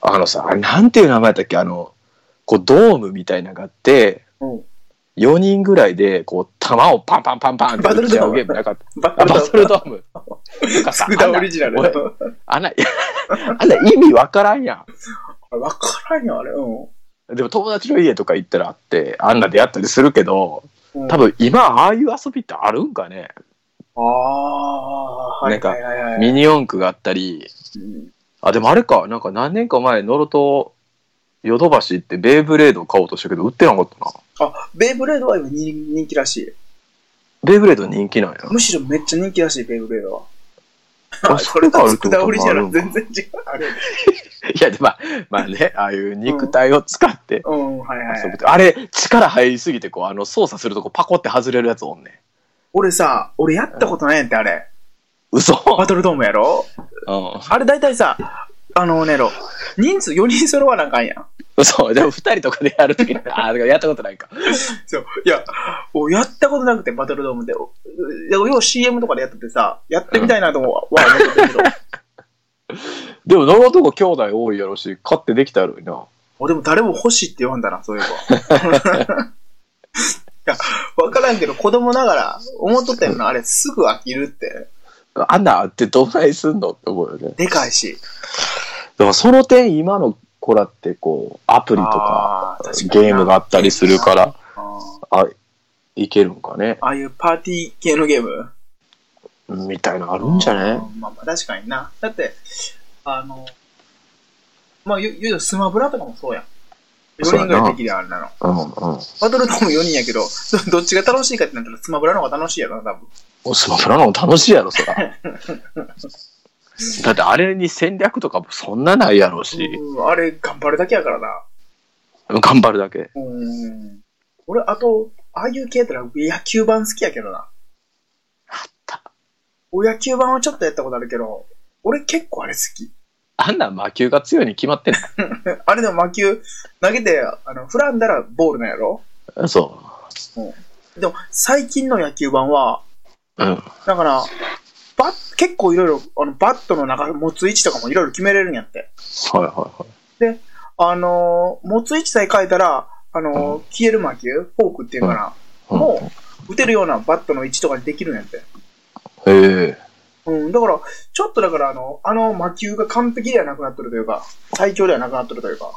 あのさ、あれなんていう名前だっけあの、こうドームみたいなのがあって、うん4人ぐらいで、こう、弾をパンパンパンパンって撃っちゃうゲームなかった。バあバトルドーム。なん かさ福田オリジナルあんな。あんな、あんな 意味わからんや。あわからんよ、あれ。うんでも友達の家とか行ったらあって、あんなでやったりするけど、ん。多。分今ああいう遊びってあるんかね、ああ、はいはいはいはい。ミニ四駆があったり、うんあ、でもあれか、なんか何年か前、ノロとヨドバシってベイブレード買おうとしたけど、売ってなかったな。あ、ベイブレードは今人人気らしい。ベイブレード人気なんや。むしろめっちゃ人気らしい、ベイブレードは。あそれがあるって福こと田オリジナルもある全ん然違う。あれ。いや、でまあ、まあね、ああいう肉体を使ってうん、はいは遊ぶい。と、あれ、力入りすぎて、こう、あの、操作するとこパコって外れるやつおんねん。俺さ、俺やったことないやんって、あれ。嘘バトルドームやろうん。あれ大体さ、あのねろ、人数4人揃わなあかんやん。嘘。でも、二人とかでやるときに、ああ、だからやったことないか。そう。いや、俺やったことなくて、バトルドームで。おいやよう CM とかでやっててさ、やってみたいなと思うわ、思ってたけど。でも、呪うとこ兄弟多いやろし、買ってできたやろいな。おでも誰も欲しいって言わんだな、そういえば。 いや、わからんけど、子供ながら思っとったよな、あれすぐ飽きるって。あんなんあってどないすんのって思うよね。でかいし。でも、その点、今の子らって、こう、アプリとか、あー確かゲになームがあったりするから、あーあ、いけるんかね。ああいうパーティー系のゲームみたいなのあるんじゃうねんまあまあ確かにな。だって、あの、まあ、ゆ、ゆうスマブラとかもそうやん。4そう人やぐならいできるやんあれなの。うんうん。バトルドーム4人やけど、どどっちが楽しいかってなったらスマブラの方が楽しいやろな、多分。スマブラの方が楽しいやろ、そら。 だってあれに戦略とかもそんなないやろうし、うん、あれ頑張るだけやからな。頑張るだけ。うん。俺、あと、ああいう系ってのは野球版好きやけどな。お野球版はちょっとやったことあるけど、俺結構あれ好き。あんな魔球が強いに決まってなあれでも魔球投げて、あの、振らんだらボールなんやろい。そでも、最近の野球版は、う。うん。だから、バッ、結構いろいろ、あの、バットの中、持つ位置とかもいろいろ決めれるんやって。はいはいはい。あのー持つ位置さえ変えたら、あのー消える魔球フォークっていうかな、うんもう、打てるようなバットの位置とかできるんやって。へえ。うん、だから、ちょっとだから、あの、あの魔球が完璧ではなくなってるというか、最強ではなくなってるというか、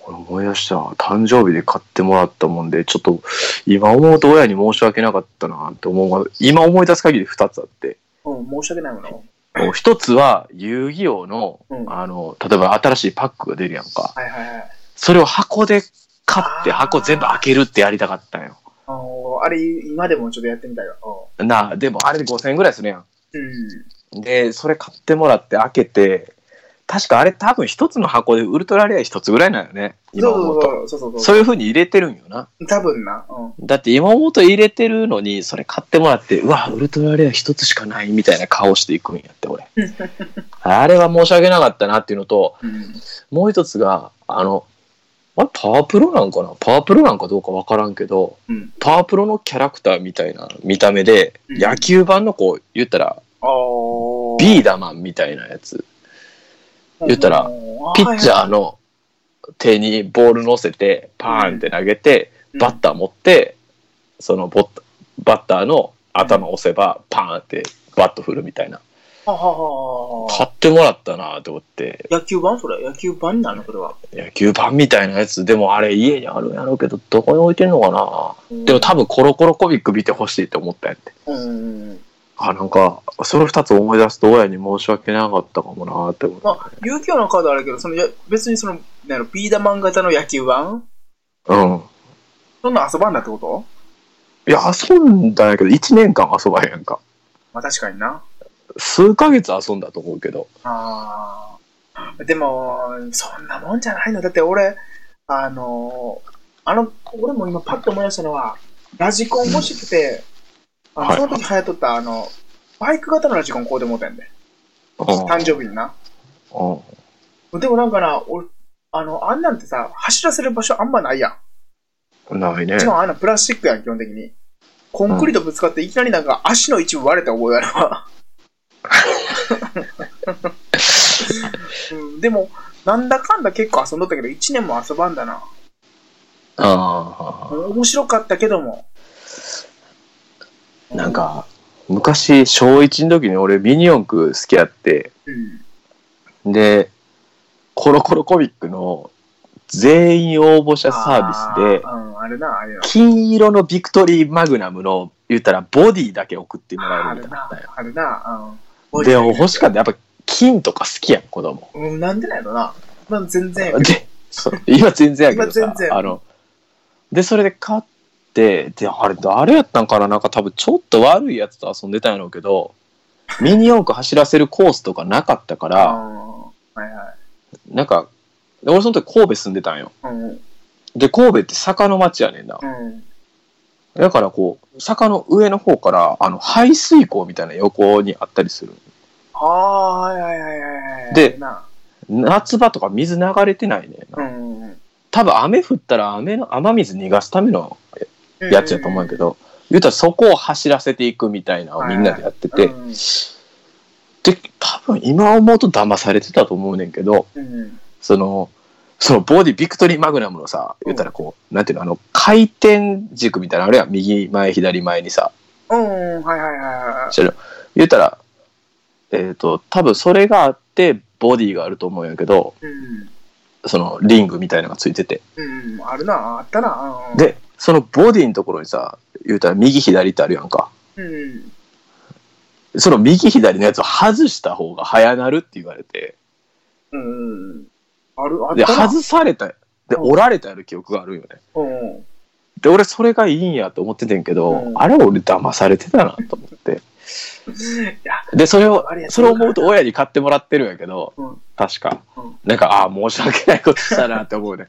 これ思い出した。誕生日で買ってもらったもんで、ちょっと今思うと親に申し訳なかったなって思うが、今思い出す限り2つあ って。うん、申し訳ないもの。一つは遊戯王の、うんあの、例えば新しいパックが出るやんか。はいはいはい。それを箱で買って箱全部開けるってやりたかったんよ。あのーあれ、今でもちょっとやってみたいわ。なあ、でもあれで5000円ぐらいするやん。うん。うん。で、それ買ってもらって開けて、確かあれ多分一つの箱でウルトラレア一つぐらいなんよね。今思うと。そうそうそうそうそうそうそういう風に入れてるんよな。多分な。うん。だって今思うと入れてるのに、それ買ってもらって、うわ、ウルトラレア一つしかないみたいな顔していくんやって、 俺。あれは申し訳なかったなっていうのと、うん。もう一つが、あの、あれパワープロなんかなパワープロなんかどうかわからんけど、うんパワープロのキャラクターみたいな見た目で、うん野球版のこう、言ったら、あービーダマンみたいなやつ。言ったら、ピッチー。ャーの手にボール乗せて、パーンって投げて、バッター持って、そのボッバッターの頭を押せば、パーンってバット振るみたいな。ははは買ってもらったなと思って、野球版それ野球版になるのこれは。野球版みたいなやつ、でもあれ家にあるんやろうけど、どこに置いてんのかなでも多分コロコロコミック見てほしいって思ったんやって。うんうんうん。あ、なんか、その二つ思い出すと親に申し訳なかったかもなーって思まあ、遊戯王のカードあるけど、その、や別にその、なんやろビーダマン型の野球版う。うん。そんなん遊ばんだってこといや、遊んだんやけど、一年間遊ばへんか。まあ確かにな。数ヶ月遊んだと思うけど。ああ。でも、そんなもんじゃないの。だって俺、あのー、あの、俺も今パッと思い出したのは、ラジコン欲しくて、あのはいその時流行っとった、あの、バイク型のラジコンこうでもうたんで。うん。誕生日にな。うんでもなんかな、俺、あの、あんなんてさ、走らせる場所あんまないやん。ないねし。かもあんなプラスチックやん、基本的に。コンクリートぶつかって、いきなりなんか足の一部割れた覚え あるわ。うん、でも、なんだかんだ結構遊んどったけど、1年も遊ばんだな。あ面白かったけども。あ。なんか、昔、小1の時に俺ミニ四駆好きやって、うん。で、コロコロコミックの全員応募者サービスであ、ーうん、あるな、あれな。金色のビクトリーマグナムの、言ったらボディだけ送ってもらあえるるみたいななのあったよ。、あるな。うん。で、欲しかった。やっぱ金とか好きやん、子供。うん、なんでないのな。まあ、全然やけど。で、そう今全然やけど今さ全、然あの、で、それで買って、で、あれ、誰やったんかななんか多分ちょっと悪いやつと遊んでたんやろうけ ど、ミニ四駆走らせるコースとかなかったかうんら、はいはなんか、で俺その時神戸住んでたんよ。い。うん。で、神戸って坂の町やねんな。うん。だからこう、坂の上の方から、あの、排水溝みたいな横にあったりする。ああ、はいはいはいはいはい。であるな。夏場とか水流れてないねんうな。ん。うん多分雨降ったら雨の、雨水逃がすためのやつやと思うんやけど、言うたらそこを走らせていくみたいなのをみんなでやってて、うんで、多分今思うと騙されてたと思うねんけど、うん。その、そのボディビクトリーマグナムのさ、言ったらこう、なんていうの、あの、回転軸みたいなのあれやん、右前、左前にさ、うん、うんはいはいはいはい。言ったら、えっ、と、多分それがあって、ボディがあると思うんやけど、うん。そのリングみたいなのがついてて。うん、あるな、あったな。うん、で、そのボディのところにさ、言うたら右左ってあるやんか。うん。その右左のやつを外した方が早なるって言われて、うん。ある、あっで、たな。外された、で、うん折られたような記憶があるよね。うん。で、俺それがいいんやと思っててんけど、うんあれ俺騙されてたなと思って。いや、で、それをあれ、やそれを思うと親に買ってもらってるんやけど、うん確かうん。なんか、ああ、申し訳ないことしたなって 思うね。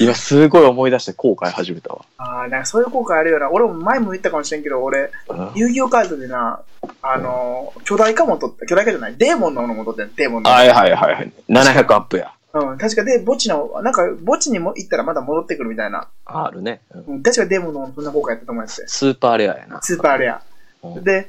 今すごい思い出して後悔始めたわ。ああ、なんかそういう効果あるよな。俺も前も言ったかもしれんけど、俺、遊戯王カードでな、あのー、巨大化も取った、巨大化じゃない、デーモンのものも取ったよデーモンの。はいはいはいはい。700アップや。うん、確かで、墓地の、なんか、墓地にも行ったらまだ戻ってくるみたいな。あるね、うんうん、確かデーモンのものそんな効果やったと思いますよ。スーパーレアやな。スーパーレア。うんで、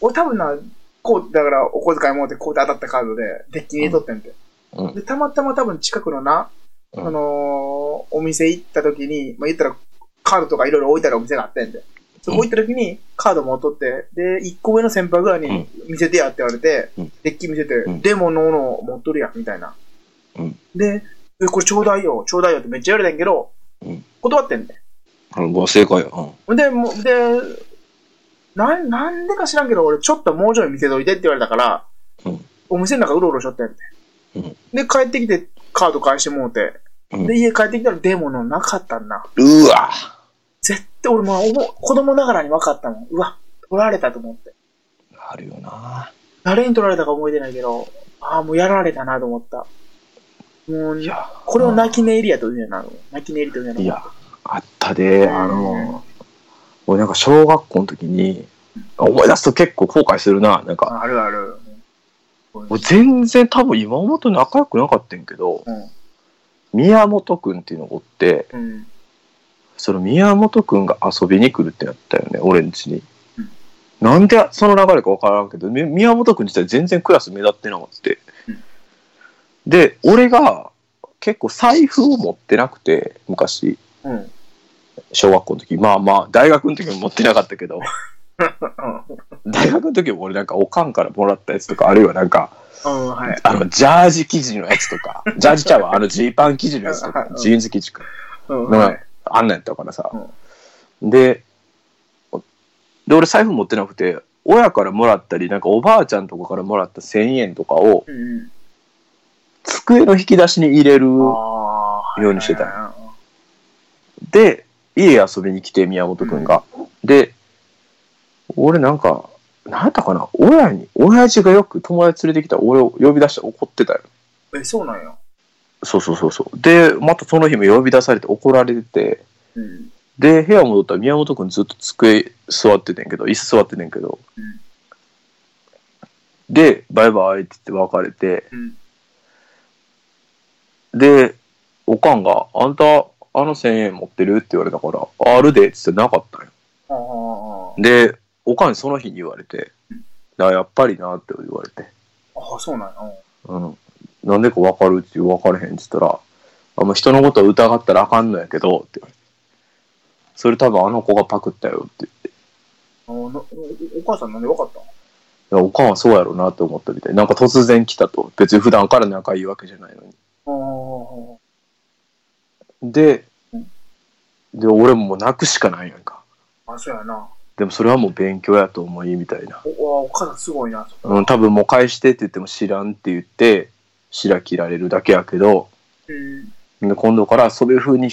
俺多分な、こう、だから、お小遣いもってこうやって当たったカードで、デッキに入れとってんて。うんで、たまたま多分近くのな、うんその、お店行った時に、まあ、言ったら、カードとかいろいろ置いてあるお店があってんで。そこ行った時に、カードも取って、で、1個上の先輩ぐらいに見せてやって言われて、うんデッキ見せて、んデーモンのものを持っとるやん、みたいな。うんで、え、これちょうだいよ、ちょうだいよってめっちゃ言われたんやけど、うん断ってんで。うんご正解よ。で、もう、で、なん、なんでか知らんけど、俺、ちょっともうちょい見せといてって言われたから、うんお店の中うろうろしょってんて。うんで、帰ってきて、カード返してもうて。うんで、家帰ってきたらデーモンのなかったんな。うんうわ絶対、俺もう思う、子供ながらに分かったもん。うわ、取られたと思って。あるよな。誰に取られたか覚えてないけど、ああ、もうやられたなと思った。もう、や、これを泣き寝入りやと言うんやな。泣き寝入りと言うんいやな。や、あったで、あの、俺なんか小学校の時に、思い出すと結構後悔するな、なんか。ああるある。うんもう全然多分今思うと仲良くなかったんやけど、うん宮本くんっていうのがおって、うん。その宮本くんが遊びに来るってなったよね、俺ん家にうん。なんでその流れかわからんけど、み宮本くん自体全然クラス目立ってなかった。うんで、俺が結構財布を持ってなくて、昔。うん。うん。小学校の時まあまあ大学の時も持ってなかったけど 大学の時も俺なんかおかんからもらったやつとかあるいはなんかうん、はい。あのジャージ生地のやつとかジャージちゃうわあのジーパン生地のやつとかうんジーンズ生地かうのんがあんなんやったからさうん、でで俺財布持ってなくて親からもらったりなんかおばあちゃんとかからもらった1,000円とかをうん机の引き出しに入れるあーようにしてたはで、家遊びに来て、宮本くんが。で、俺なんか、なんやったかな、親に、親父がよく友達連れてきたら俺を呼び出して怒ってたよ。いはいえ、そうなんや。そうそうそうそう。で、またその日も呼び出されて怒られてて、うん。で、部屋戻ったら宮本くんずっと机座っててんけど、椅子座っててんけどうん、で、バイバイって言って別れて、うん。で、おかんが、あんた、あの1000円持ってるって言われたから、あるでって言ってなかったんよああで、おかんにその日に言われて、だからやっぱりなって言われて、ああ、そうなんや。うん、なんでか分かるって言う分からへんって言ったら、あもう人のことを疑ったらあかんのやけど、って言われて。それ多分あの子がパクったよって。いあのなお母さんなんで分かったのや、おかんはそうやろうなって思ったみたい。なんか突然来たと。別に普段から仲いいわけじゃないのに。あでうん、で、俺ももう泣くしかないやんか。あ、あそうやな。でもそれはもう勉強やと思い、みたいな。おお母さんすごいな。うん、多分もう返してって言っても知らんって言って、しら切られるだけやけど、うん。で今度からそういうふうに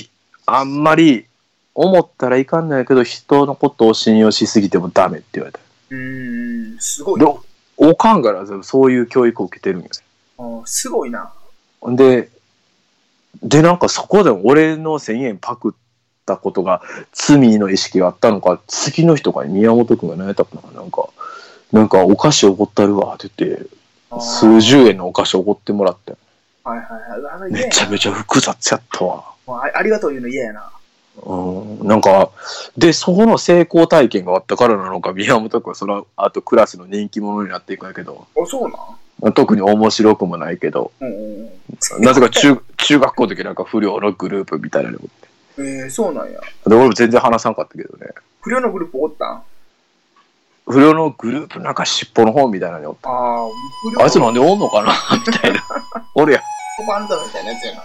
あんまり思ったらいかんないけど人のことを信用しすぎてもダメって言われたうん、すごいでな。おおかんから全部そういう教育を受けてるんよあすごいな。ねででなんかそこで俺の1,000円パクったことが罪の意識があったのか次の日とかに宮本君が何やったかななんかなんかお菓子おごったるわって言ってあー数十円のお菓子おごってもらってはいはいはい。あのめちゃめちゃ複雑やったわ。もうあありがとう言うの嫌やな。うん、なんか、で、そこの成功体験があったからなのか、宮本君はその後クラスの人気者になっていくんやけど、あ、そうなん特に面白くもないけど、うんうんなぜか中中学校の時なんか不良のグループみたいなのにおって。うん。えー、そうなんや。で、俺も全然話さんかったけどね。不良のグループおったんあ不良のグループなんか尻尾の方みたいなのにおって。あー、不良あいつなんでおんのかなみたいな。おるやん。バンドみたいなやつやな。